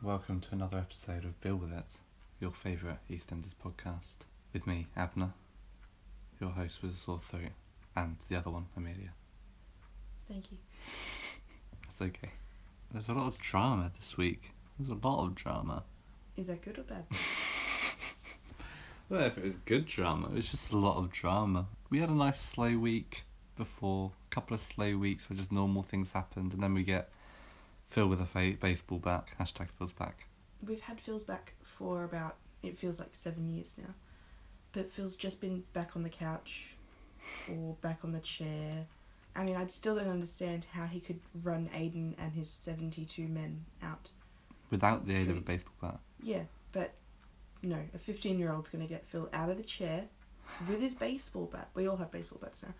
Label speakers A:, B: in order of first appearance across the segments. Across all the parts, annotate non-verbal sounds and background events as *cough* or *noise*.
A: welcome to another episode of Bill With It, your favourite EastEnders podcast, with me, Abner, your host with a sore throat, and the other one, Amelia.
B: Thank you.
A: It's okay. There's a lot of drama this week. There's a lot of drama.
B: Is that good or bad? *laughs*
A: Well, if it was good drama, it was just a lot of drama. We had a nice slow week before, a couple of slow weeks where just normal things happened, and then we get Phil with a fa- baseball bat, hashtag Phil's back.
B: We've had Phil's back for about it feels like seven years now, but Phil's just been back on the couch or back on the chair. I mean, I still don't understand how he could run Aiden and his seventy-two men out.
A: Without the aid of a
B: Sweet.
A: baseball bat.
B: Yeah, but no, a fifteen-year-old's gonna get Phil out of the chair with his baseball bat. We all have baseball bats now,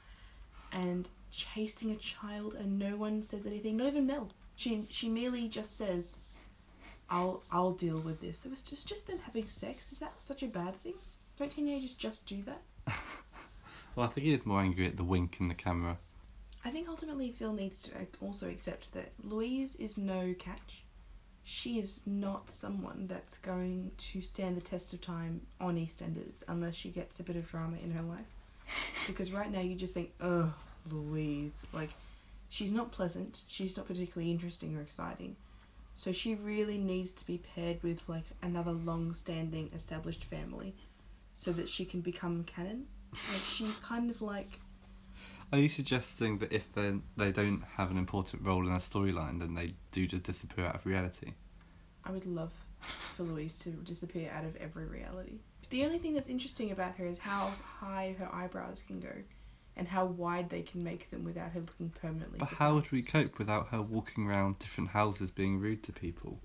B: and chasing a child, and no one says anything. Not even Mel. She she merely just says, "I'll I'll deal with this." It was just just them having sex. Is that such a bad thing? Don't teenagers just do that?
A: Well, I think he is more angry at the wink in the camera.
B: I think ultimately Phil needs to ac- also accept that Louise is no catch. She is not someone that's going to stand the test of time on EastEnders unless she gets a bit of drama in her life. Because right now you just think, ugh, Louise. Like, she's not pleasant. She's not particularly interesting or exciting. So she really needs to be paired with, like, another long standing established family so that she can become canon. Like, she's kind of like
A: Are you suggesting that if they they don't have an important role in a storyline, then they do just disappear out of reality?
B: I would love for Louise to disappear out of every reality. But the only thing that's interesting about her is how high her eyebrows can go and how wide they can make them without her looking permanently.
A: But how would we
B: surprised.
A: cope without her walking around different houses, being rude to people,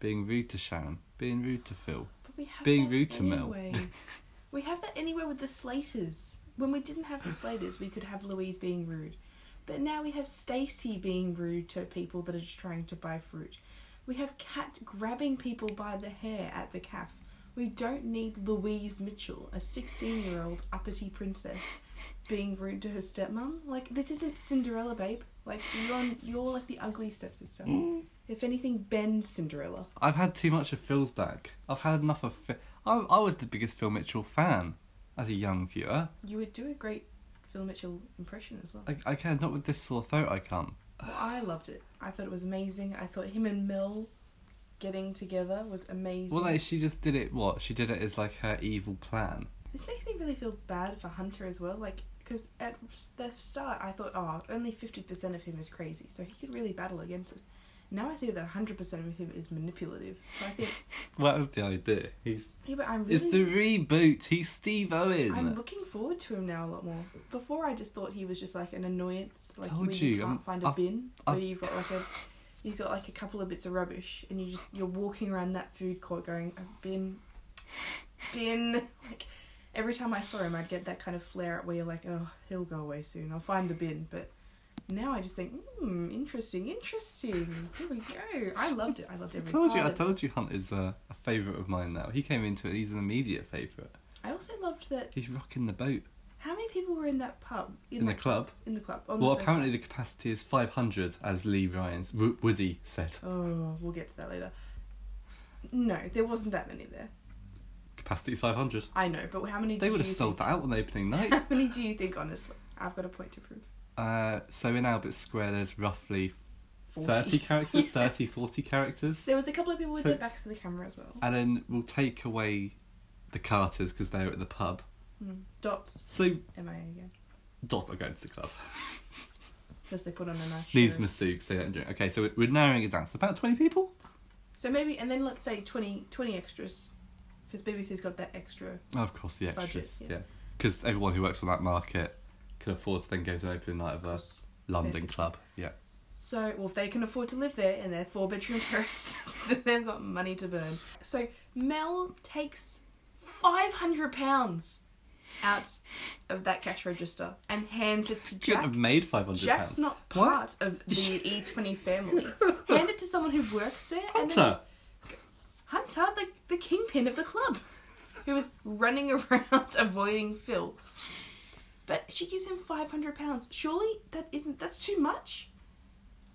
A: being rude to Sharon, being rude to Phil?
B: But we have
A: being
B: that
A: rude to Mel? *laughs*
B: anyway. we have that anywhere with the Slaters. When we didn't have the Slaters, we could have Louise being rude. But now we have Stacy being rude to people that are just trying to buy fruit. We have Kat grabbing people by the hair at the calf. We don't need Louise Mitchell, a 16 year old uppity princess, being rude to her stepmom. Like, this isn't Cinderella, babe. Like, you're, you're like the ugly stepsister.
A: Mm.
B: If anything, Ben's Cinderella.
A: I've had too much of Phil's back. I've had enough of Phil. I, I was the biggest Phil Mitchell fan as a young viewer.
B: You would do a great Phil Mitchell impression as well.
A: I, I can not with this sore throat I can't.
B: Well, I loved it. I thought it was amazing. I thought him and Mel getting together was amazing.
A: Well, like, she just did it, what? She did it as like her evil plan. *laughs*
B: this makes me really feel bad for Hunter as well. Like, because at the start I thought, oh, only 50% of him is crazy, so he could really battle against us. Now I see that 100% of him is manipulative. So I think, *laughs*
A: Well, that was the idea. He's.
B: yeah, but I'm
A: It's
B: really.
A: the reboot. He's Steve Owen.
B: I'm looking forward to him now a lot more. Before I just thought he was just like an annoyance, like
A: Told
B: when
A: you,
B: you can't
A: I'm-
B: find a
A: I've-
B: bin
A: I've-
B: where you've got like a you've got like a couple of bits of rubbish and you just you're walking around that food court going a bin, bin. *laughs* Like every time I saw him, I'd get that kind of flare up where you're like, oh, he'll go away soon. I'll find the bin, but. Now I just think, hmm, interesting, interesting. Here we go. I loved it. I loved
A: I
B: every
A: told you,
B: part
A: I
B: of it.
A: told you, Hunt is a, a favourite of mine now. He came into it; he's an immediate favourite.
B: I also loved that.
A: He's rocking the boat
B: How many people were in that pub?
A: in the
B: that-
A: club.
B: In the club. on the
A: Well,
B: first
A: apparently the capacity is five hundred, as Lee Ryan's Wo- Woody said.
B: Oh, we'll get to that later. No, there wasn't that many there.
A: Capacity is five hundred.
B: I know, but how many?
A: They
B: do
A: would have
B: you
A: sold
B: think,
A: that out on opening
B: *laughs*
A: night.
B: How many do you think? Honestly, I've got a point to prove.
A: uh, so in Albert Square, there's roughly
B: 40.
A: thirty
B: *laughs*
A: characters,
B: Yes.
A: thirty, forty 30, 40 characters,
B: There was a couple of people with
A: So-
B: their backs to the camera as well.
A: and then we'll take away the Carters because they're at the pub.
B: Hmm. Dots,
A: So
B: MIA again,
A: Dot's not going to the club.
B: unless they put on a nice.
A: Leaves
B: show.
A: Masood because they don't drink. Okay, so we're- we're narrowing it down. So about twenty people.
B: So maybe, and then let's say 20, 20 extras, because BBC's got that extra.
A: Oh, of course, the
B: Budget,
A: extras.
B: yeah.
A: yeah, because everyone who works on that market can afford to then go to an opening night of a London
B: Basically.
A: club. Yeah,
B: So, well, if they can afford to live there in their four bedroom *laughs* terrace, then they've got money to burn. So, Mel takes £500 out of that cash register and hands it to
A: couldn't
B: Jack.
A: have made five hundred
B: Jack's
A: pounds.
B: not part of the
A: *laughs*
B: E20 family. Hand it to someone who works there and then just.
A: Hunter.
B: Hunter, the, the kingpin of the club, who was running *laughs* around avoiding Phil. But she gives him £500. Surely that isn't. That's too much?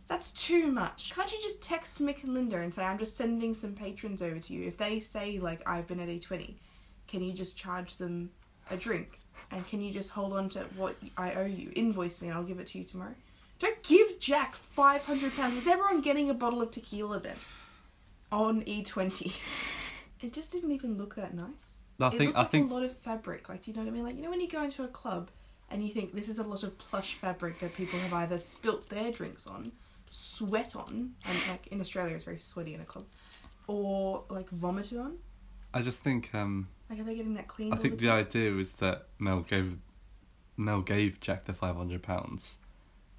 B: That's too much. Can't you just text Mick and Linda and say, I'm just sending some patrons over to you? If they say, like, I've been at E A20, can you just charge them a drink? And can you just hold on to what I owe you? Invoice me and I'll give it to you tomorrow. Don't give Jack £500. Is everyone getting a bottle of tequila then? On E E20. it just didn't even look that nice.
A: I
B: it
A: think
B: looked
A: I
B: like
A: think
B: a lot of fabric. Like, do you know what I mean? Like, you know when you go into a club and you think this is a lot of plush fabric that people have either spilt their drinks on, sweat on, and like in Australia it's very sweaty in a club, or like vomited on.
A: I just think um
B: Like, are they getting that clean?
A: I think the idea is that Mel gave Mel gave Jack the five hundred pounds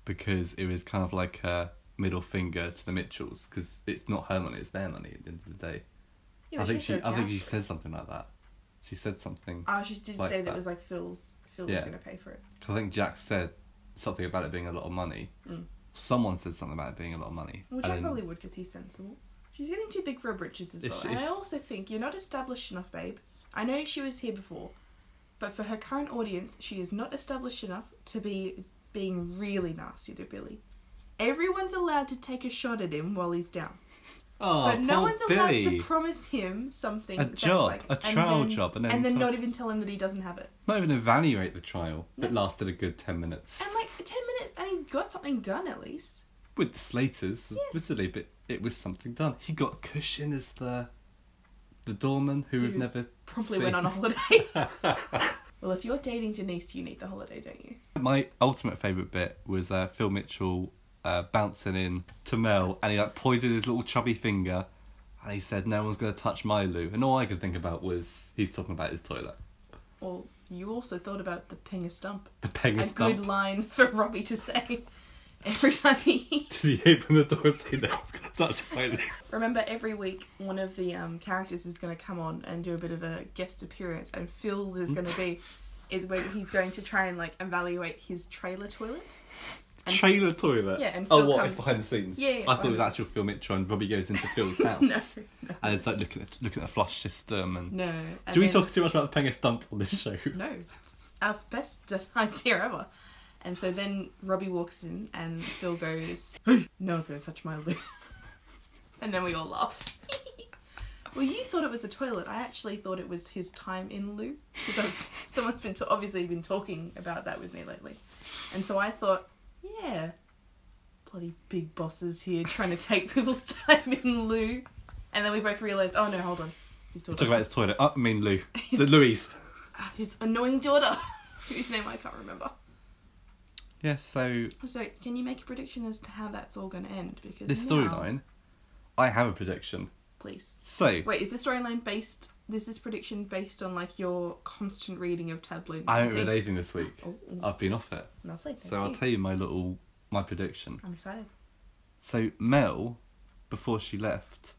A: because it was kind of like a middle finger to the Mitchells because it's not her money, it's their money at the end of the day. I think she I think she said something like that. She said something.
B: Oh, she did
A: like
B: say that,
A: that.
B: it was like Phil's. Phil was
A: Yeah.
B: going to pay for it.
A: 'Cause I think Jack said something about it being a lot of money.
B: Mm.
A: Someone said something about it being a lot of money.
B: Which
A: and
B: I
A: then-
B: probably would because he's sensible. She's getting too big for her britches as
A: Is
B: well.
A: she-
B: and
A: is-
B: I also think you're not established enough, babe. I know she was here before, but for her current audience, she is not established enough to be being really nasty to Billy. Everyone's allowed to take a shot at him while he's down,
A: oh,
B: but no
A: poor
B: one's
A: Billy.
B: allowed to promise him something
A: A
B: that,
A: job,
B: like,
A: a
B: and
A: trial
B: then-
A: job, and then
B: and then
A: tell-
B: not even tell him that he doesn't have it.
A: Not even evaluate the trial. It
B: No.
A: lasted a good ten minutes.
B: And like ten minutes, and he got something done at least.
A: with the Slaters,
B: Yeah.
A: literally, but it was something done. He got Cushion as the the doorman who we've
B: Who
A: never
B: Probably
A: seen.
B: went on a holiday.
A: *laughs*
B: *laughs* well, if you're dating Denise, you need the holiday, don't you?
A: My ultimate favourite bit was uh, Phil Mitchell uh, bouncing in to Mel, and he like pointed his little chubby finger, and he said, "No one's going to touch my loo." And all I could think about was he's talking about his toilet,
B: Well, you also thought about the pinger stump.
A: the peg
B: a
A: and stump.
B: good line for Robbie to say *laughs* every time he. *laughs*
A: Did *laughs* he open the door and say, "No one's going to touch my loo"?
B: Remember, every week one of the um, characters is going to come on and do a bit of a guest appearance, and Phil's is going to be is where he's going to try and like evaluate his trailer toilet. And-
A: Trailer toilet.
B: Yeah, and
A: oh,
B: Phil
A: what?
B: comes-
A: It's behind the scenes.
B: Yeah, yeah,
A: I thought it
B: behind
A: was
B: the
A: actual Phil Mitchell, and Robbie goes
B: *laughs*
A: into Phil's house.
B: No, no,
A: and it's like looking at looking at the flush system and.
B: no. and
A: Do we
B: then-
A: talk too much about the Pengus dump on this *laughs* show?
B: *laughs* No, that's our best *laughs* idea ever. And so then Robbie walks in and Phil goes, No one's going to touch my loo. *laughs* and then we all laugh. *laughs* well, you thought it was a toilet. I actually thought it was his time in loo. Because *laughs* someone's been to- obviously been talking about that with me lately. And so I thought, Yeah, bloody big bosses here trying to take *laughs* people's time in loo. And then we both realised, Oh no, hold on. He's talking
A: Talk about his toilet. Oh, I mean Lou. So Louise.
B: Ah, his annoying daughter, *laughs* whose name I can't remember.
A: Yeah, so
B: So, can you make a prediction as to how that's all going to end? Because
A: this
B: now-
A: storyline, I have a prediction.
B: please.
A: So
B: Wait, is the storyline based? Is this prediction based on like your constant reading of tabloid?
A: I haven't been
B: magazines?
A: lazing this week.
B: Oh, oh,
A: I've been off it.
B: lovely. Thank
A: Uh, So
B: you.
A: I'll tell you my little my prediction.
B: I'm excited.
A: So Mel, before she left,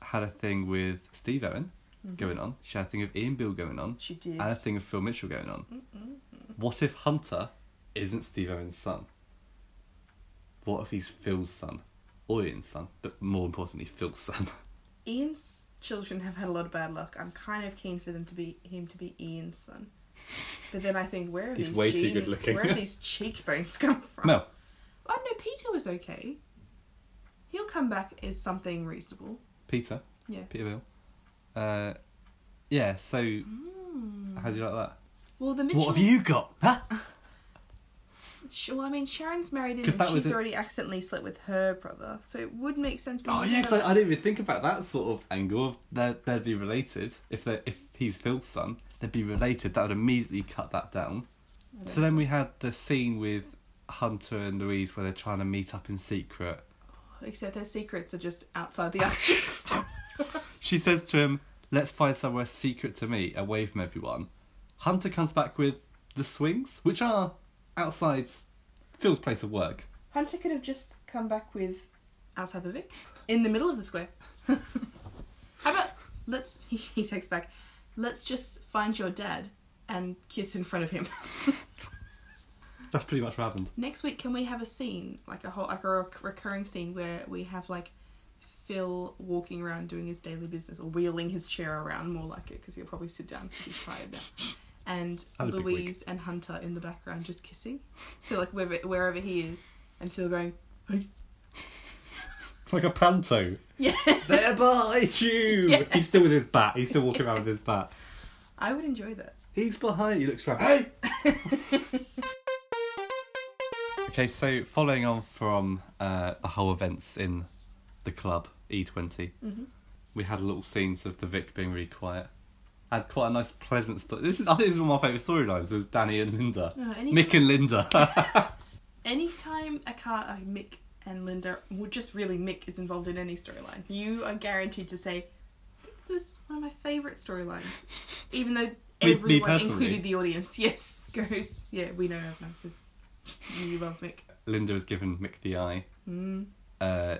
A: had a thing with Steve Owen
B: Mhm.
A: going on. She had a thing with Ian Bill going on.
B: She did.
A: And a thing with Phil Mitchell going on.
B: Mm-mm.
A: What if Hunter isn't Steve Owen's son? What if he's Phil's son? Or Ian's son, but more importantly, Phil's son. *laughs*
B: Ian's children have had a lot of bad luck. I'm kind of keen for them to be him to be Ian's son. But then I think where are
A: He's
B: these
A: way too
B: gene-
A: good looking.
B: Where
A: *laughs*
B: are these cheekbones come from?
A: Mel,
B: I know Peter was okay. He'll come back as something reasonable.
A: Peter.
B: Yeah.
A: Peter Bill. Uh, yeah, so
B: Mm.
A: how do you like that?
B: Well, the Mitchells.
A: What have you got? Huh?
B: Sh- Well, I mean, Sharon's married in,
A: 'Cause
B: and
A: that would-
B: she's already accidentally slept with her brother, so it would make sense.
A: Oh yeah, because I, I didn't even think about that sort of angle. They'd, they'd be related if they if he's Phil's son. They'd be related. That would immediately cut that down. So then we had the scene with Hunter and Louise where they're trying to meet up in secret.
B: Except their secrets are just outside the *laughs* actions.
A: She says to him, "Let's find somewhere secret to meet, away from everyone." Hunter comes back with the swings, which are outside Phil's place of work.
B: Hunter could have just come back with outside the Vic, in the middle of the square. *laughs* How about let's? *laughs* He, he takes back. Let's just find your dad and kiss in front of him.
A: That's pretty much what happened.
B: Next week, can we have a scene like a whole like a rec- recurring scene where we have like Phil walking around doing his daily business or wheeling his chair around more like it because he'll probably sit down because he's tired now, and
A: Had a big week.
B: Louise and Hunter in the background just kissing. So like wherever wherever he is, and Phil going, "Hey,
A: like a panto.
B: Yeah.
A: They're behind you.
B: Yeah.
A: He's still with his bat. He's still walking around with his bat.
B: *laughs* I would enjoy that.
A: He's behind you. Looks around. Hey. *laughs* okay, so following on from uh, the whole events in the club E20,
B: hmm
A: we had little scenes of the Vic being really quiet. Had quite a nice, pleasant story. This is I think this is one of my favourite storylines. Was Danny and Linda,
B: No, any
A: Mick and Linda. *laughs*
B: anytime a car, uh, Mick and Linda, well, just really Mick is involved in any storyline, you are guaranteed to say, "This was one of my favourite *laughs* storylines," even though
A: me
B: everyone,
A: personally.
B: including the audience, *laughs* yes, goes, "Yeah, we know Avner because you love Mick."
A: Linda was given Mick the eye.
B: Mm.
A: uh,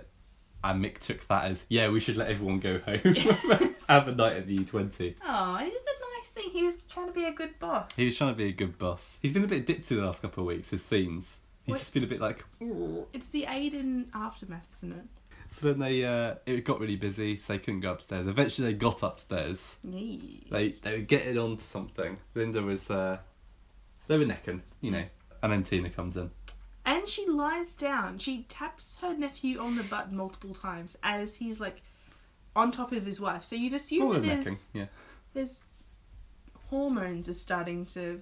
A: and Mick took that as yeah, we should let everyone go home. *laughs* Have a night at the E E20.
B: Oh, it is a nice thing. He was trying to be a good boss.
A: He was trying to be a good boss. He's been a bit ditzy the last couple of weeks. His scenes. He's
B: What-
A: just been a bit like. "Oh."
B: It's the Aiden aftermath, isn't it?
A: So then they uh, it got really busy, so they couldn't go upstairs. Eventually they got upstairs.
B: Yeah.
A: They they were getting on to something. Linda was uh, they were necking, you know. And then Tina comes in.
B: And she lies down. She taps her nephew on the butt multiple times as he's like on top of his wife. So you'd assume
A: Oh,
B: that
A: they're necking.
B: there's,
A: Yeah.
B: there's hormones are starting to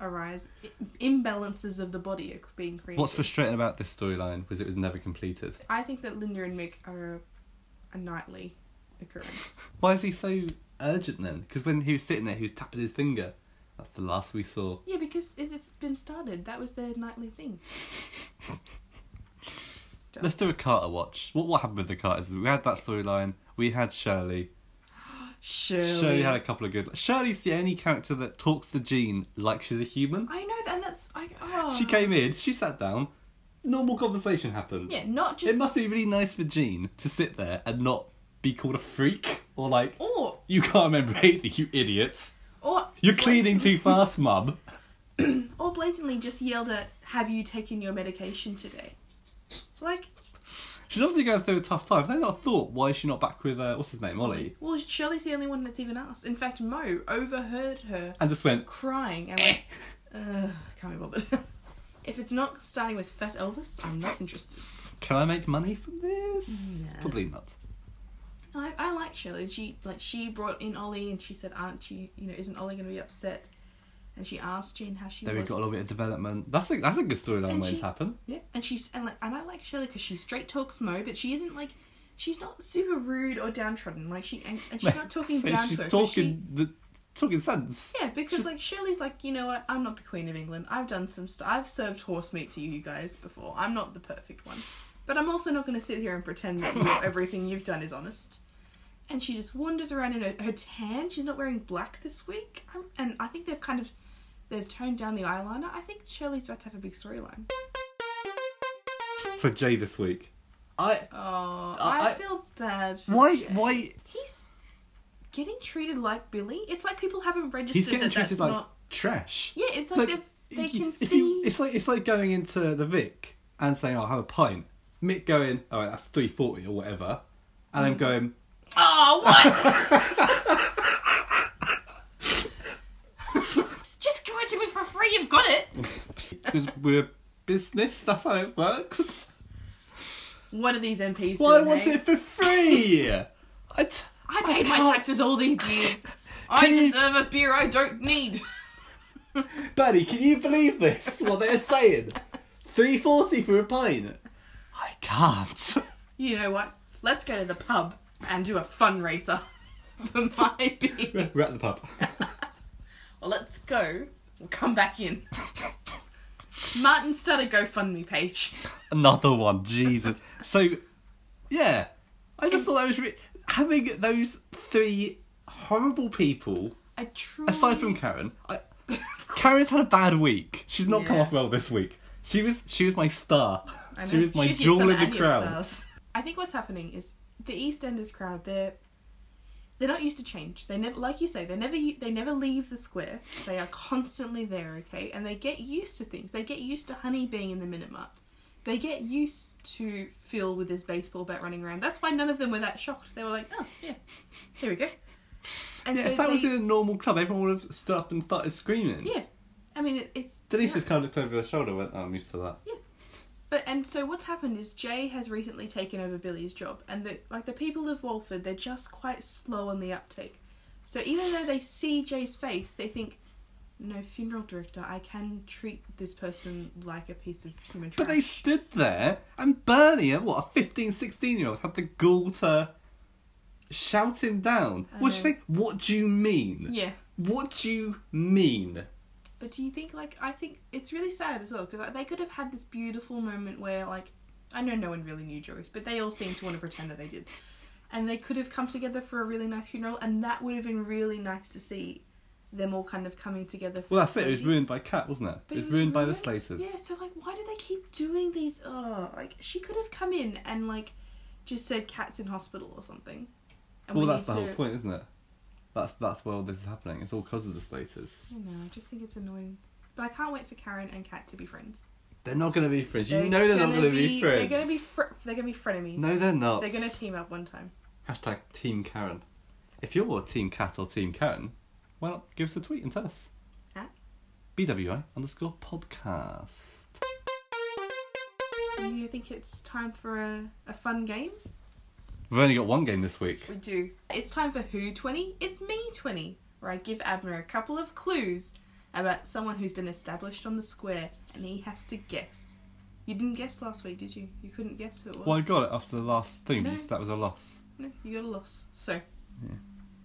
B: arise, I- imbalances of the body are being created.
A: What's frustrating about this storyline was it was never completed.
B: I think that Linda and Mick are a, a nightly occurrence.
A: Why is he so urgent then? Because when he was sitting there, he was tapping his finger. That's the last we saw.
B: yeah, because it, it's been started. That was their nightly thing. Yeah.
A: Let's do a Carter watch. What what happened with the Carters? is We had that storyline. We had Shirley.
B: Surely.
A: Shirley had a couple of good. Shirley's the only character that talks to Jean like she's a human.
B: I know that, and that's. I, oh.
A: She came in. She sat down. Normal conversation happened.
B: Yeah, not
A: it
B: just.
A: must be really nice for Jean to sit there and not be called a freak or like
B: Or.
A: you can't remember anything, you idiots.
B: or
A: You're cleaning
B: *laughs*
A: too fast, mum.
B: or blatantly just yelled at, "Have you taken your medication today?" Like,
A: She's obviously going through a tough time. They not thought why is she not back with uh, what's his name, Ollie,
B: well, Shirley's the only one that's even asked. In fact, Mo overheard her
A: and just went.
B: crying and went, "Ugh, can't be bothered." *laughs* if it's not starting with Fat Elvis, I'm not interested.
A: Can I make money from this?
B: No.
A: Probably not.
B: No, I, I like Shirley. She like she brought in Ollie and she said, "Aren't you? You know, isn't Ollie going to be upset?" And she asked Jean how she
A: Then we've
B: was.
A: got a little bit of development. That's a that's a good storyline
B: And
A: when it's
B: she-
A: happened.
B: Yeah, and she's and like and I like Shirley because she straight talks Mo, but she isn't like she's not super rude or downtrodden. Like she and,
A: *laughs*
B: and she's not talking
A: So
B: down.
A: she's
B: to her, 'cause
A: talking the talking sense.
B: she- yeah, because
A: she's-
B: like Shirley's like you know what? I'm not the Queen of England. I've done some stuff. I've served horse meat to you guys before. I'm not the perfect one, but I'm also not going to sit here and pretend
A: *laughs*
B: that you're, everything you've done is honest. And she just wanders around in her, her tan. She's not wearing black this week, i and I think they've kind of they've toned down the eyeliner. I think Shirley's about to have a big storyline.
A: So Jay this week. I
B: Oh,
A: I-
B: I, feel bad. For
A: why
B: Jay.
A: why
B: He's getting treated like Billy. It's like people haven't registered
A: he's getting
B: that
A: treated
B: that's
A: like
B: not.
A: trash.
B: Yeah, it's like, they they
A: if you-
B: can
A: if you-
B: see.
A: it's like it's like going into the Vic and saying, "I'll have a pint." Mick going, "All right, that's three forty or whatever," and
B: Mm.
A: I'm going,
B: Oh, what?
A: *laughs*
B: Just give it to me for free. You've got it.
A: "Because we're business. That's how it works."
B: *laughs* What are these MPs
A: Why
B: doing?
A: want
B: eh?
A: it for
B: *laughs*
A: free? I t-
B: I paid my
A: can't-
B: taxes
A: *laughs*
B: all these years. I
A: Can you-
B: deserve a beer I don't need.
A: Buddy, can you believe this? What they're saying? Three forty for a pint. I can't.
B: You know what? Let's go to the pub and do a fundraiser *laughs* for my beer.
A: We're at the pub.
B: Well, let's go. We'll come back *laughs* in. Martin started GoFundMe page.
A: Another one, Jesus. So, yeah, I just thought that was re- having those three horrible people.
B: I truly.
A: Aside from Karen, I,
B: Of course.
A: Karen's had a bad week. She's not come
B: Yeah.
A: off well this week. She was she was my star.
B: I
A: She
B: know.
A: was my
B: She's your
A: jewel
B: son
A: in
B: and
A: the
B: your
A: crown.
B: stars. I think what's happening is the EastEnders crowd. They're they're not used to change. They never, like you say, they never they never leave the square. They are constantly there. Okay, and they get used to things. They get used to Honey being in the minute mark. They get used to Phil with his baseball bat running around. That's why none of them were that shocked. They were like, oh yeah, here we go. And
A: Yeah, if that was
B: they-
A: in a normal club, everyone would have stood up and started screaming.
B: Yeah, I mean it, it's
A: Denise just kind of looked over her shoulder and went, oh, I'm used to that.
B: Yeah. But and so what's happened is Jay has recently taken over Billy's job, and the like the people of Walford they're just quite slow on the uptake. So even though they see Jay's face, they think, "No funeral director, I can treat this person like a piece of human trash."
A: But they stood there, and Bernie, a- what, a 15, 16 year old, had the gall to shout him down.
B: I
A: What do you
B: know.
A: think? What do you mean?
B: yeah.
A: What do you mean?
B: But do you think like I think it's really sad as well because like, they could have had this beautiful moment where like I know no one really knew Joyce, but they all seem to want to pretend that they did, and they could have come together for a really nice funeral, and that would have been really nice to see them all kind of coming together. For
A: Well, that's it. It
B: the
A: was ruined by Cat, wasn't it?
B: but
A: it was ruined by the
B: ruined.
A: Slaters.
B: Yeah, so like, why do they keep doing these? Oh, like she could have come in and like just said cat's in hospital or something. And
A: well,
B: we
A: that's the
B: need
A: whole
B: to-
A: point, isn't it? That's that's why all this is happening. It's all because of the Slaters.
B: I don't know. I just think it's annoying. But I can't wait for Karen and Kat to be friends.
A: They're not going to be friends. You know they're not going to be, friends.
B: They're gonna be fr- they're gonna be frenemies.
A: no, they're not.
B: they're gonna team up one time.
A: Hashtag Team Karen. If you're Team Cat or Team Karen, why not give us a tweet and tell us?
B: At?
A: BWI underscore podcast.
B: Do you think it's time for a, a fun game?
A: We've only got one game this week.
B: We do. It's time for Who 20? It's Me 20, where I give Abner a couple of clues about someone who's been established on the square and he has to guess. You didn't guess last week, did you? You couldn't guess who it was.
A: Well, I got it after the last thing.
B: No.
A: so That was a loss.
B: No, you got a loss. So,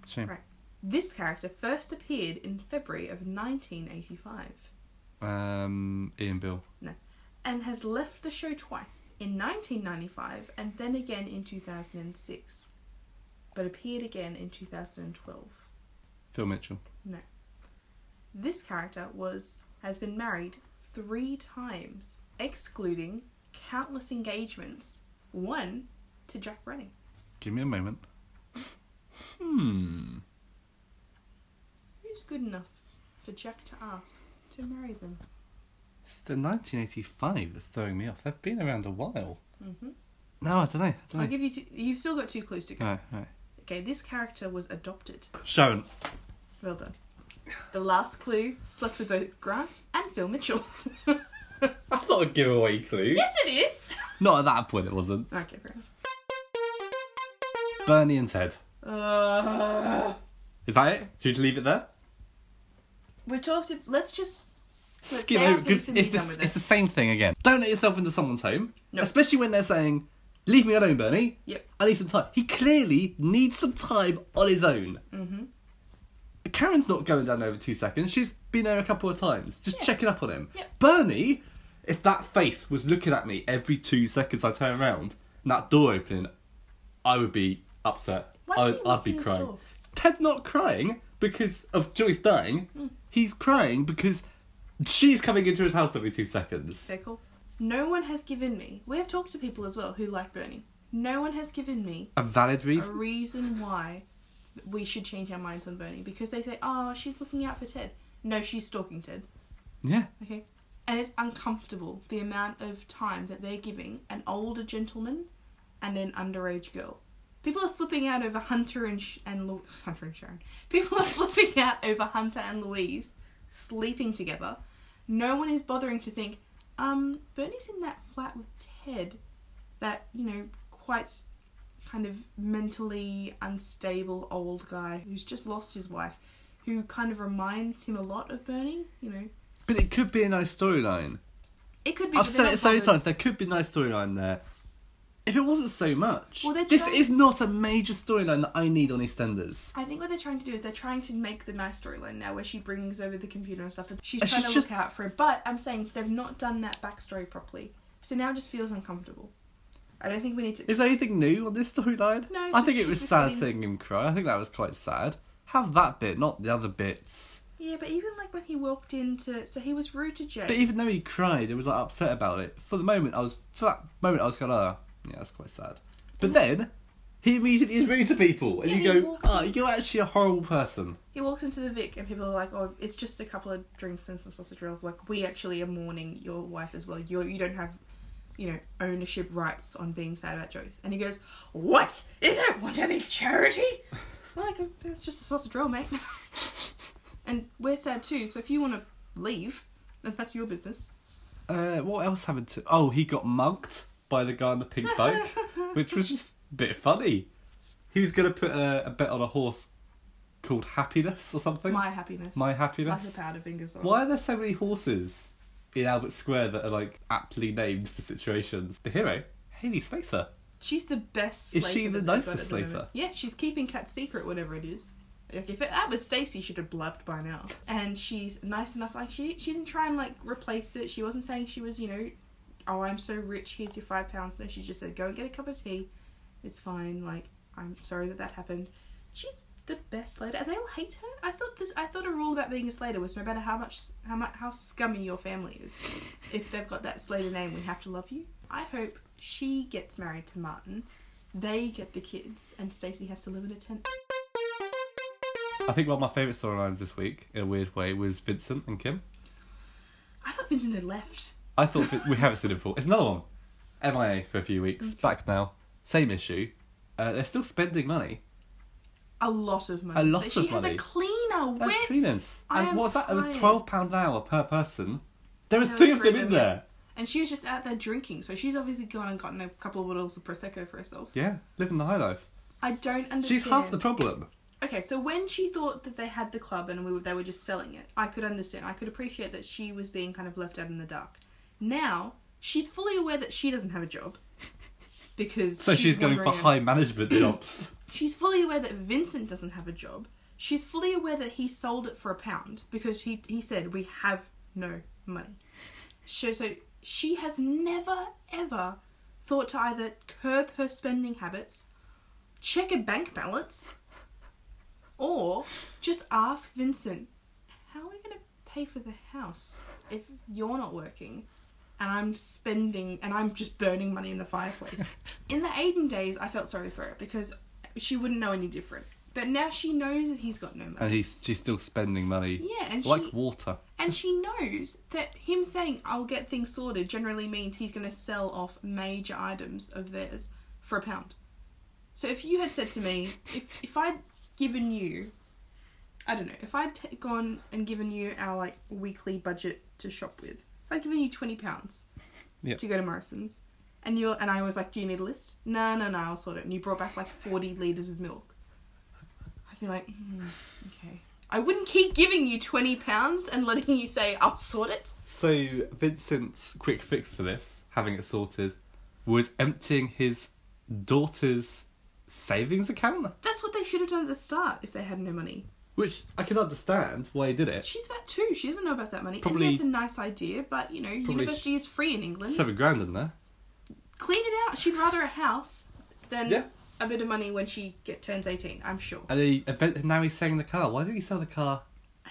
A: Shame.
B: Right. this character first appeared in February of 1985
A: Um, Ian Bill.
B: and has left the show twice in 1995 and then again in 2006, but appeared again in 2012.
A: Phil Mitchell.
B: This character was has been married three times, excluding countless engagements. One to Jack Rennie.
A: Give me a moment. Hmm.
B: Who's good enough for Jack to ask to marry them?
A: It's the 1985 that's throwing me off. They've been around a while.
B: hmm
A: No, I don't know. I don't
B: I'll
A: know.
B: give you. Two, you've still got two clues to go.
A: All right, all right.
B: Okay, this character was adopted.
A: Sharon.
B: Well done. The last clue slept with both Grant and Phil Mitchell. *laughs*
A: That's not a giveaway clue.
B: yes, it is. *laughs*
A: Not at that point, it wasn't.
B: Okay, fair enough.
A: Bernie and Ted.
B: Uh,
A: Is that it? Should we leave it there?
B: we're talking. Let's just. Let's
A: Skip
B: say our
A: over
B: piece
A: because
B: and be
A: it's,
B: done
A: the-
B: with
A: it's
B: it.
A: the same thing again. Don't let yourself into someone's home,
B: No.
A: especially when they're saying, "Leave me alone, Bernie.
B: Yep.
A: I need some time." He clearly needs some time on his own.
B: Mhm.
A: Karen's not going down over two seconds. She's been there a couple of times, just
B: Yeah.
A: checking up on him.
B: Yep.
A: Bernie, if that face was looking at me every two seconds I turn around, and that door opening, I would be upset.
B: Why
A: I,
B: is he
A: I'd be
B: locking his
A: crying.
B: door?
A: Ted's not crying because of Joyce dying.
B: Hmm.
A: He's crying because she's coming into his house every two seconds.
B: So cool. No one has given me. We have talked to people as well who like Bernie. No one has given me
A: A valid *laughs*
B: a
A: reason.
B: reason why we should change our minds on Bernie because they say, "Oh, she's looking out for Ted." No, she's stalking Ted.
A: Yeah.
B: Okay. And it's uncomfortable the amount of time that they're giving an older gentleman and an underage girl. People are flipping out over Hunter and Sh- and Lu- *laughs* Hunter and Sharon. People are *laughs* flipping out over Hunter and Louise sleeping together. No one is bothering to think, um, Bernie's in that flat with Ted, that you know quite kind of mentally unstable old guy who's just lost his wife, who kind of reminds him a lot of Bernie. You know,
A: But it could be a nice storyline.
B: it could be.
A: I've
B: but they're
A: said
B: not
A: it so many
B: bothered.
A: times. There could be a nice storyline there. If it wasn't so much,
B: Well, they're
A: this
B: trying-
A: is not a major storyline that I need on EastEnders.
B: I think what they're trying to do is they're trying to make the nice storyline now, where she brings over the computer and stuff. and She's
A: And
B: trying
A: she's
B: to
A: just-
B: look out for him, but I'm saying they've not done that backstory properly, so now it just feels uncomfortable. I don't think we need to.
A: Is there anything new on this storyline?
B: No, it's
A: I
B: just-
A: think it
B: she's
A: was
B: just
A: sad
B: been-
A: seeing him cry. I think that was quite sad. Have that bit, not the other bits.
B: Yeah, but even like when he walked into, so he was rude to Jay.
A: But even though he cried and was like upset about it, for the moment I was for that moment I was kind of yeah, that's quite sad. But then he immediately is rude to people, and
B: Mm. Yeah,
A: you
B: he
A: go,
B: walks
A: oh, you're actually a horrible person.
B: He walks into the Vic and people are like, "Oh, it's just a couple of drinks and some sausage rolls." Like, we actually are mourning your wife as well. You you don't have, you know, ownership rights on being sad about Joyce. And he goes, "What? You don't want
A: *laughs*
B: any charity?" We're like, "That's just a sausage roll, mate." *laughs* and we're sad too. So if you want to leave, then that's your business.
A: Uh, what else happened to? Oh, he got mugged by the guy on the
B: *laughs*
A: pink bike, which was just a bit funny. He was gonna put a, a bet on a horse called Happiness or something.
B: My happiness.
A: My
B: That's
A: Happiness.
B: a Powderfinger song.
A: Why are there so many horses in Albert Square that are like aptly named for situations? The hero, Haley Slater.
B: She's the best.
A: Is
B: Slater
A: she the
B: that they've got
A: nicest
B: at the moment.
A: Slater?
B: Yeah, she's keeping Kat's secret, whatever it is. Like if it, that was Stacey, she'd have blabbed by now. And she's nice enough. Like she, she didn't try and like replace it. She wasn't saying she was, you know, oh I'm so rich. Here's your five pounds. No, she just said go and get a cup of tea. It's fine. Like I'm sorry that that happened. She's the best Slater, and they all hate her. I thought this. I thought a rule about being a Slater was no matter how much, how much, how scummy your family is, if they've got that Slater name, we have to love you. I hope she gets married to Martin. They get the kids, and Stacey has to live in a tent.
A: I think one of my favourite storylines this week, in a weird way, was Vincent and Kim.
B: I thought Vinton had left.
A: I thought that we haven't seen it before. It's another one. MIA for a few weeks. Back now. Same issue. Uh, they're still spending money.
B: A lot of money.
A: A lot
B: But she
A: of
B: has
A: money.
B: a cleaner.
A: They're
B: Where?
A: cleaners.
B: I
A: and
B: am
A: what's that? It was
B: tired.
A: twelve pound an hour per person. There was
B: There was
A: three of
B: three
A: them
B: of
A: in
B: them.
A: there.
B: and she was just out there drinking, so she's obviously gone and gotten a couple of bottles of prosecco for herself.
A: Yeah, living the high life.
B: I don't understand.
A: She's half the problem.
B: Okay, so when she thought that they had the club and we were, they were just selling it, I could understand. I could appreciate that she was being kind of left out in the dark. Now she's fully aware that she doesn't have
A: *laughs*
B: a job because
A: So she's, going for
B: wandering
A: high management jobs.
B: out. She's fully aware that Vincent doesn't have a job. She's fully aware that he sold it for a pound because he he said we have no money. So so she has never ever thought to either curb her spending habits, check a bank balance. Or just ask Vincent, how are we going to pay for the house if you're not working and I'm spending and I'm just burning money in the fireplace? in the Aiden days, I felt sorry for her because she wouldn't know any different. But now she knows that he's got no money.
A: And he's she's still spending money.
B: Yeah, and
A: like
B: she-
A: water.
B: And she knows that him saying, I'll get things sorted, generally means he's going to sell off major items of theirs for a pound. So if you had said to me, if, if I'd given you, I don't know, if I'd t- gone and given you our like weekly budget to shop with, if I'd given you £20 pounds
A: Yep.
B: to go to Morrison's, and you and I was like, Do you need a list? No, no, no, I'll sort it. And you brought back like 40 litres of milk. I'd be like, "Hmm, okay. I wouldn't keep giving you twenty pounds and letting you say I'll sort it.
A: So Vincent's quick fix for this, having it sorted, was emptying his daughter's savings account.
B: That's what they should have done at the start if they had no money.
A: Which I can understand why he did it.
B: She's about two; she doesn't know about that money.
A: Probably-
B: and yeah, it's a nice idea, but you know,
A: Probably
B: university is free in England.
A: Seven grand in there.
B: Clean it out. She'd rather a house than
A: Yeah.
B: a bit of money when she get, turns eighteen. I'm sure.
A: And he, event- now he's selling the car. Why didn't he sell the car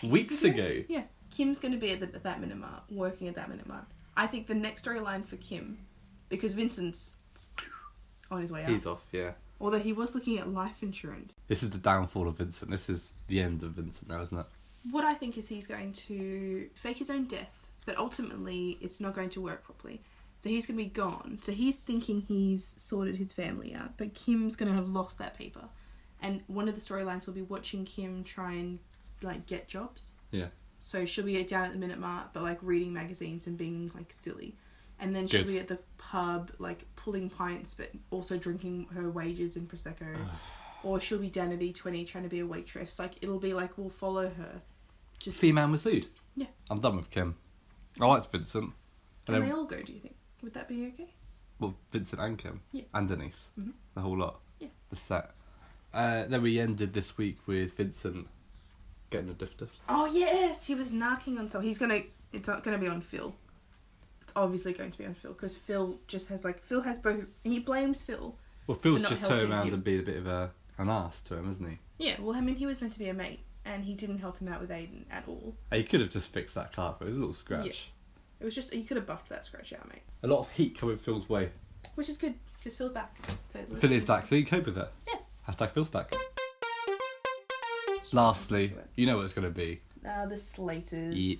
A: weeks
B: She's
A: ago?
B: gonna- Yeah, Kim's going to be at, the, at that minute mark, working at that minute mark. I think the next storyline for Kim, because Vincent's on his way out.
A: He's off, yeah.
B: Although he was looking at life insurance.
A: This is the downfall of Vincent. This is the end of Vincent now, isn't it?
B: What I think is he's going to fake his own death, but ultimately it's not going to work properly. So he's going to be gone. So he's thinking he's sorted his family out, but Kim's going to have lost that paper. And one of the storylines will be watching Kim try and like get jobs.
A: Yeah.
B: So she'll be down at the minute mark, but like reading magazines and being like silly. And then she'll
A: Good.
B: be at the pub, like pulling pints, but also drinking her wages in Prosecco. or she'll be down at E20 trying to be a waitress. Like, it'll be like, we'll follow her.
A: This female was sued.
B: Yeah.
A: I'm done with Kim. I liked Vincent.
B: Can
A: And
B: they
A: then,
B: all go, do you think? Would that be okay?
A: well, Vincent and Kim.
B: Yeah.
A: And Denise.
B: Mhm.
A: The whole lot.
B: Yeah.
A: The set. Uh, then we ended this week with Vincent getting a diff diff.
B: Oh, yes! He was knocking on someone. He's gonna. It's not gonna be on Phil. It's obviously going to be on Phil because Phil just has like Phil has both. He blames Phil.
A: Well,
B: For
A: Phil's
B: not
A: just
B: helping
A: turned around
B: you.
A: and being a bit of a an ass to him, isn't he?
B: Yeah, well, I mean, he was meant to be a mate, and he didn't help him out with Aiden at all.
A: Uh, He could have just fixed that car for it. It was a little scratch.
B: It was just you could have buffed that scratch out, mate.
A: A lot of heat coming Phil's way.
B: Which is good because Phil's back. So
A: Phil is back, so you can cope with it.
B: Yeah.
A: Hashtag Phil's back. Lastly, you know what it's going to be.
B: Uh, the Slaters.
A: Yeah.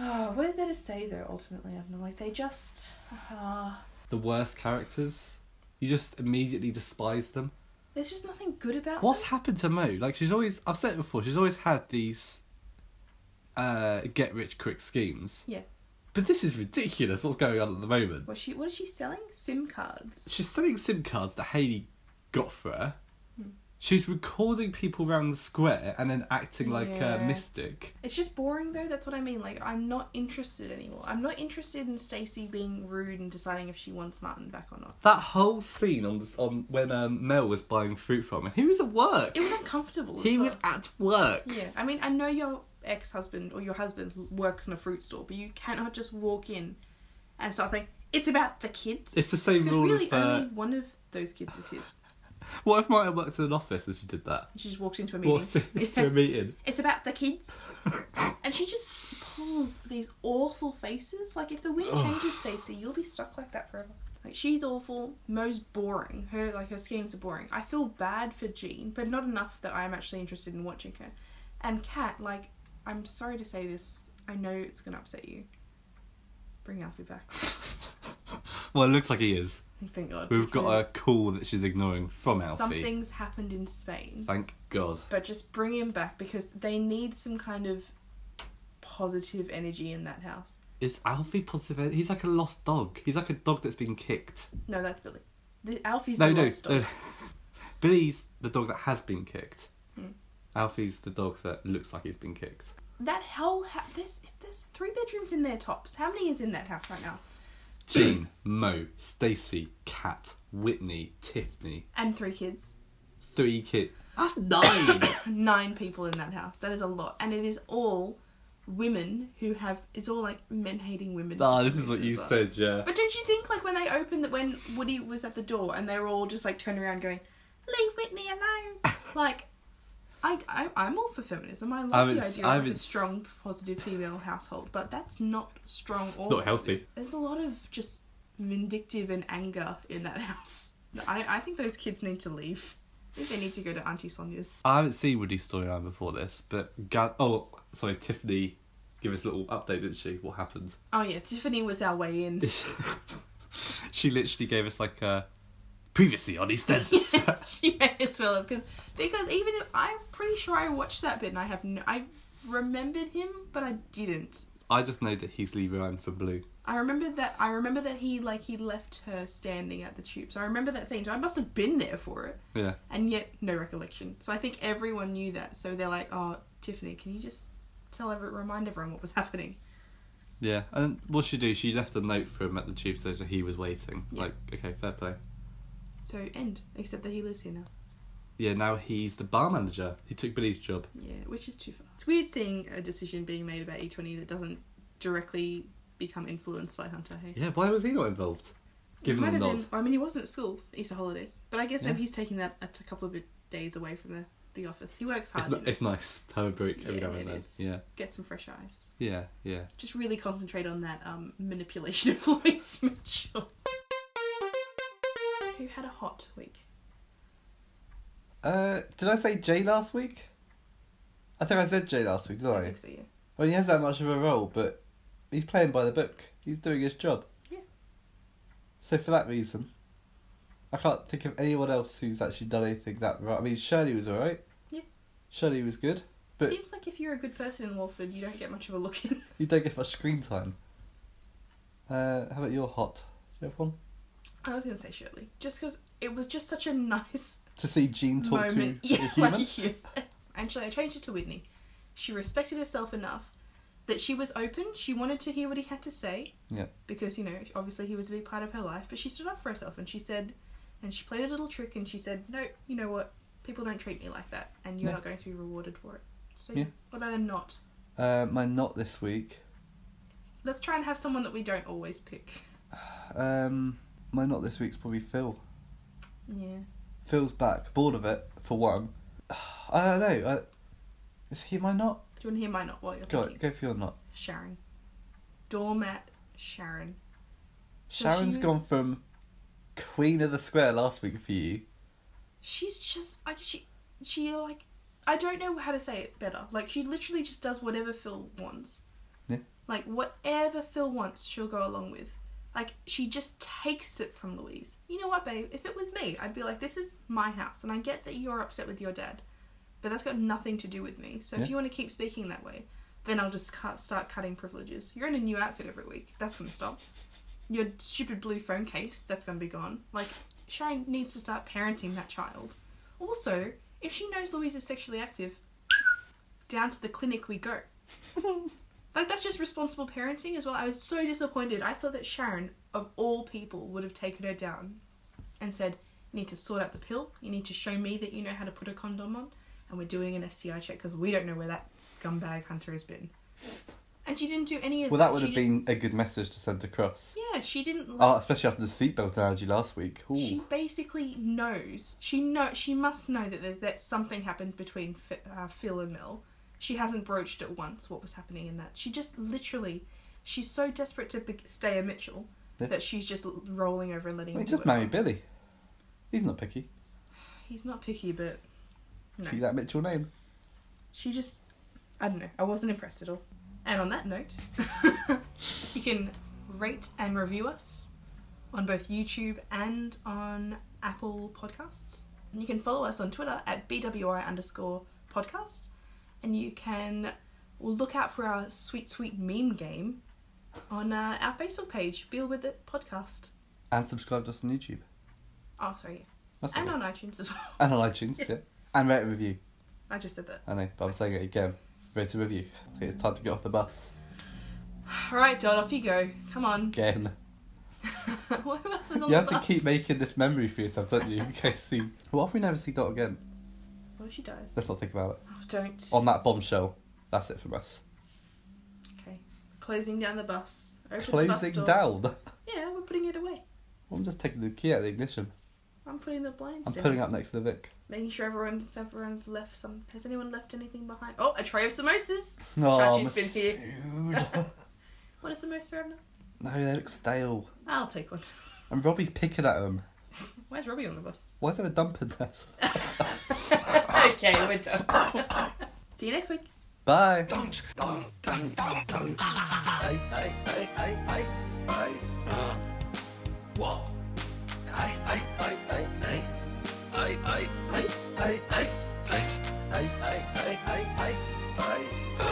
B: Oh, what is there to say though? Ultimately, I don't know. Like they just, uh,
A: The worst characters. You just immediately despise them.
B: there's just nothing good about.
A: What's
B: them.
A: happened to Mo? Like, she's always, I've said it before, she's always had these uh, get rich quick schemes.
B: Yeah.
A: But this is ridiculous. What's going on at the moment?
B: Was she? What is she selling? SIM cards.
A: She's selling SIM cards that Haley got for her.
B: Hmm.
A: She's recording people around the square and then acting like a
B: Yeah.
A: mystic.
B: It's just boring though. That's what I mean. Like I'm not interested anymore. I'm not interested in Stacy being rude and deciding if she wants Martin back or not.
A: That whole scene on this, on when um, Mel was buying fruit from him, he was at work.
B: It was uncomfortable. as
A: he
B: well.
A: was at work.
B: Yeah, I mean, I know your ex husband or your husband works in a fruit store, but you cannot just walk in and start saying it's about the kids.
A: It's the same
B: because
A: rule
B: really
A: of. Uh,
B: only one of those kids is his.
A: What if Martin worked in an office and she did that?
B: She just walked into a meeting.
A: Walked into a
B: *laughs* Yes.
A: meeting.
B: It's about the kids, and she just pulls these awful faces. Like if the wind changes, Stacey, you'll be stuck like that forever. Like she's awful. Mo's boring. Her like her schemes are boring. I feel bad for Jean, but not enough that I'm actually interested in watching her. And Kat, like, I'm sorry to say this. I know it's gonna upset you. Bring Alfie back.
A: Well, it looks like he is.
B: Thank God.
A: We've got a
B: because
A: call that she's ignoring from Alfie.
B: Something's happened in Spain.
A: Thank God.
B: but just bring him back because they need some kind of positive energy in that house.
A: Is Alfie positive? He's like a lost dog. He's like a dog that's been kicked.
B: No, that's Billy. The, Alfie's
A: No,
B: the
A: no,
B: lost dog.
A: no. *laughs* Billy's the dog that has been kicked.
B: Hmm.
A: Alfie's the dog that looks like he's been kicked.
B: That whole ha- there's there's three bedrooms in there tops. How many is in that house right now?
A: Jean, Mo, Stacy, Kat, Whitney, Tiffany.
B: And three kids. *coughs*
A: Three kids. That's nine!
B: *laughs* Nine people in that house. That is a lot, and it is all women who have. It's all like men hating women.
A: Ah,
B: for
A: this
B: some
A: is what
B: reason
A: you
B: as well.
A: said, yeah.
B: But don't you think like when they opened that when Woody was at the door and they were all just like turning around going, "Leave Whitney
A: *laughs*
B: alone," like. I, I, I'm all for feminism. I
A: I'm
B: love the
A: ins-
B: idea of
A: I'm
B: like, a
A: ins-
B: strong, positive female household, but that's not strong or
A: not healthy.
B: positive. There's a lot of just vindictive and anger in that house. I, I think those kids need to leave. I think they need to go to Auntie Sonia's.
A: I haven't seen Woody's storyline before this, but Gad. Oh, sorry, Tiffany gave us a little update, didn't she? What happened? *laughs*
B: Oh yeah, Tiffany was our way in.
A: she literally gave us like a previously on
B: *laughs*
A: EastEnders.
B: she may as well have because because even if I'm pretty sure I watched that bit and I have no, I remembered him but I didn't.
A: I just know that he's Levi Ryan from Blue.
B: I remember that I remember that he like he left her standing at the tube. So I remember that scene. So I must have been there for it,
A: Yeah.
B: and yet no recollection. So I think everyone knew that. So they're like, "Oh, Tiffany, can you just tell every remind everyone what was happening?"
A: Yeah. And what she do? She left a note for him at the tube station. He was waiting.
B: Yeah.
A: Like, okay, fair play.
B: So end. Except that he lives here now.
A: Yeah. Now he's the bar manager. He took Billy's job.
B: Yeah, which is too far. It's weird seeing a decision being made about E20 that doesn't directly become influenced by Hunter. Hey.
A: Yeah. Why was he not involved? Give
B: He
A: him a
B: might have
A: nod.
B: been- I mean, he wasn't at school Easter holidays, but I guess
A: Yeah.
B: maybe he's taking that a t- couple of days away from the, the office. He works hard,
A: It's,
B: you
A: not,
B: know,
A: it's nice to have a break every
B: Yeah,
A: now
B: it
A: and then.
B: is.
A: Yeah.
B: get some fresh eyes.
A: Yeah. Yeah.
B: Just really concentrate on that um, manipulation *laughs* of Lois Mitchell, who had a hot week.
A: Uh, did I say Jay last week? I think I said Jay last week, didn't
B: I think so, yeah.
A: Well, he has that much of a role, but he's playing by the book. He's doing his job.
B: Yeah.
A: So for that reason, I can't think of anyone else who's actually done anything that right. I mean, Shirley was all right.
B: Yeah.
A: Shirley was good. But-
B: Seems like if you're a good person in Walford, you don't get much of a look in. *laughs*
A: You don't get much screen time. Uh, how about your hot? Do you have one?
B: I was gonna say Shirley, just because it was just such a nice
A: To see Jean talk
B: moment.
A: to
B: *laughs* yeah,
A: a human.
B: like a human. Actually, I changed it to Whitney. She respected herself enough that she was open. She wanted to hear what he had to say.
A: Yeah.
B: Because you know, obviously he was a big part of her life, but she stood up for herself and she said, and she played a little trick and she said, no, you know what, people don't treat me like that, and you're
A: Yeah.
B: not going to be rewarded for it. So
A: Yeah.
B: what about a not?
A: Uh, my not this week.
B: Let's try and have someone that we don't always pick. *laughs*
A: Um, my not this week's probably Phil.
B: Yeah.
A: Phil's back. Bored of it for one. *sighs* I don't know. I, is he my not?
B: Do you want to hear my not while you're
A: Go on,
B: thinking?
A: go for your not.
B: Sharon. Doormat Sharon. So
A: Sharon's
B: she was-
A: gone from queen of the square last week for
B: *laughs*
A: you.
B: she's just like she she like I don't know how to say it better. Like she literally just does whatever Phil wants.
A: Yeah.
B: Like whatever Phil wants, she'll go along with. Like she just takes it from Louise. You know what, babe? If it was me, I'd be like, "This is my house, and I get that you're upset with your dad, but that's got nothing to do with me. So
A: Yeah.
B: if you want to keep speaking that way, then I'll just cut, start cutting privileges. You're in a new outfit every week. That's going to stop. Your stupid blue phone case, that's going to be gone. Like, Shane needs to start parenting that child. Also, if she knows Louise is sexually active, down to the clinic we go. like, that's just responsible parenting as well. I was so disappointed. I thought that Sharon, of all people, would have taken her down and said, You need to sort out the pill. You need to show me that you know how to put a condom on. And we're doing an STI check because we don't know where that scumbag hunter has been. And she didn't do any of
A: Well, that would
B: She
A: have
B: just-
A: been a good message to send across.
B: Yeah, she didn't.
A: Oh, especially after the seatbelt analogy last week. Ooh.
B: She basically knows. She know. She must know that there's, that something happened between F- uh, Phil and Mel. She hasn't broached it once what was happening in that. She just literally, she's so desperate to be- stay a Mitchell
A: Yeah.
B: that she's just l- rolling over and letting
A: I mean,
B: him. do
A: just
B: it.
A: marry Billy. He's not picky.
B: He's not picky, but no,
A: Keep that Mitchell name.
B: she just. I don't know. I wasn't impressed at all. And on
A: *laughs*
B: that note, you can rate and review us on both YouTube and on Apple Podcasts. You can follow us on Twitter at BWI underscore podcast. And you can look out for our sweet, sweet meme game on uh, our Facebook page, Deal With It Podcast.
A: And subscribe to us on YouTube.
B: Oh, sorry.
A: That's
B: And
A: all.
B: on iTunes as well.
A: and on iTunes, yeah. And rate and review.
B: I just said that.
A: I know, but I'm saying it again. Rate and review. I think it's time to get off the bus.
B: All right, Dot, off you go. Come on.
A: Again.
B: *laughs* Who else is on
A: You
B: the
A: have to
B: bus?
A: keep making this memory for yourself, don't you? In *laughs* case you. What if we never see Dot again?
B: What if she dies?
A: Let's not think about it.
B: Oh, don't.
A: On that bombshell, that's it from us.
B: Okay. Closing down the bus. Open the bus
A: Closing
B: door.
A: down. *laughs*
B: Yeah, we're putting it away.
A: I'm just taking the key out of the ignition.
B: I'm putting the blinds
A: I'm
B: down.
A: pulling up next to the Vic.
B: Making sure everyone's everyone's left some. Has anyone left anything behind? Oh, a tray of samosas.
A: No,
B: Chachi's been here.
A: here.
B: What is samosa, Abner?
A: *laughs* no, they look stale.
B: I'll take one.
A: And Robbie's picking at them.
B: Where's Robbie on the bus?
A: Why is there a dump in there?
B: *laughs* okay, we're done. See you next week.
A: *laughs* Bye.
C: don't, don't, don't, don't, don't. Hey, hey, hey, hey, hey, hey. Uh, whoa. Hey, hey, hey, hey, hey. Hey, hey, hey, hey, hey, hey. Hey, hey, hey, hey, hey, hey. Uh,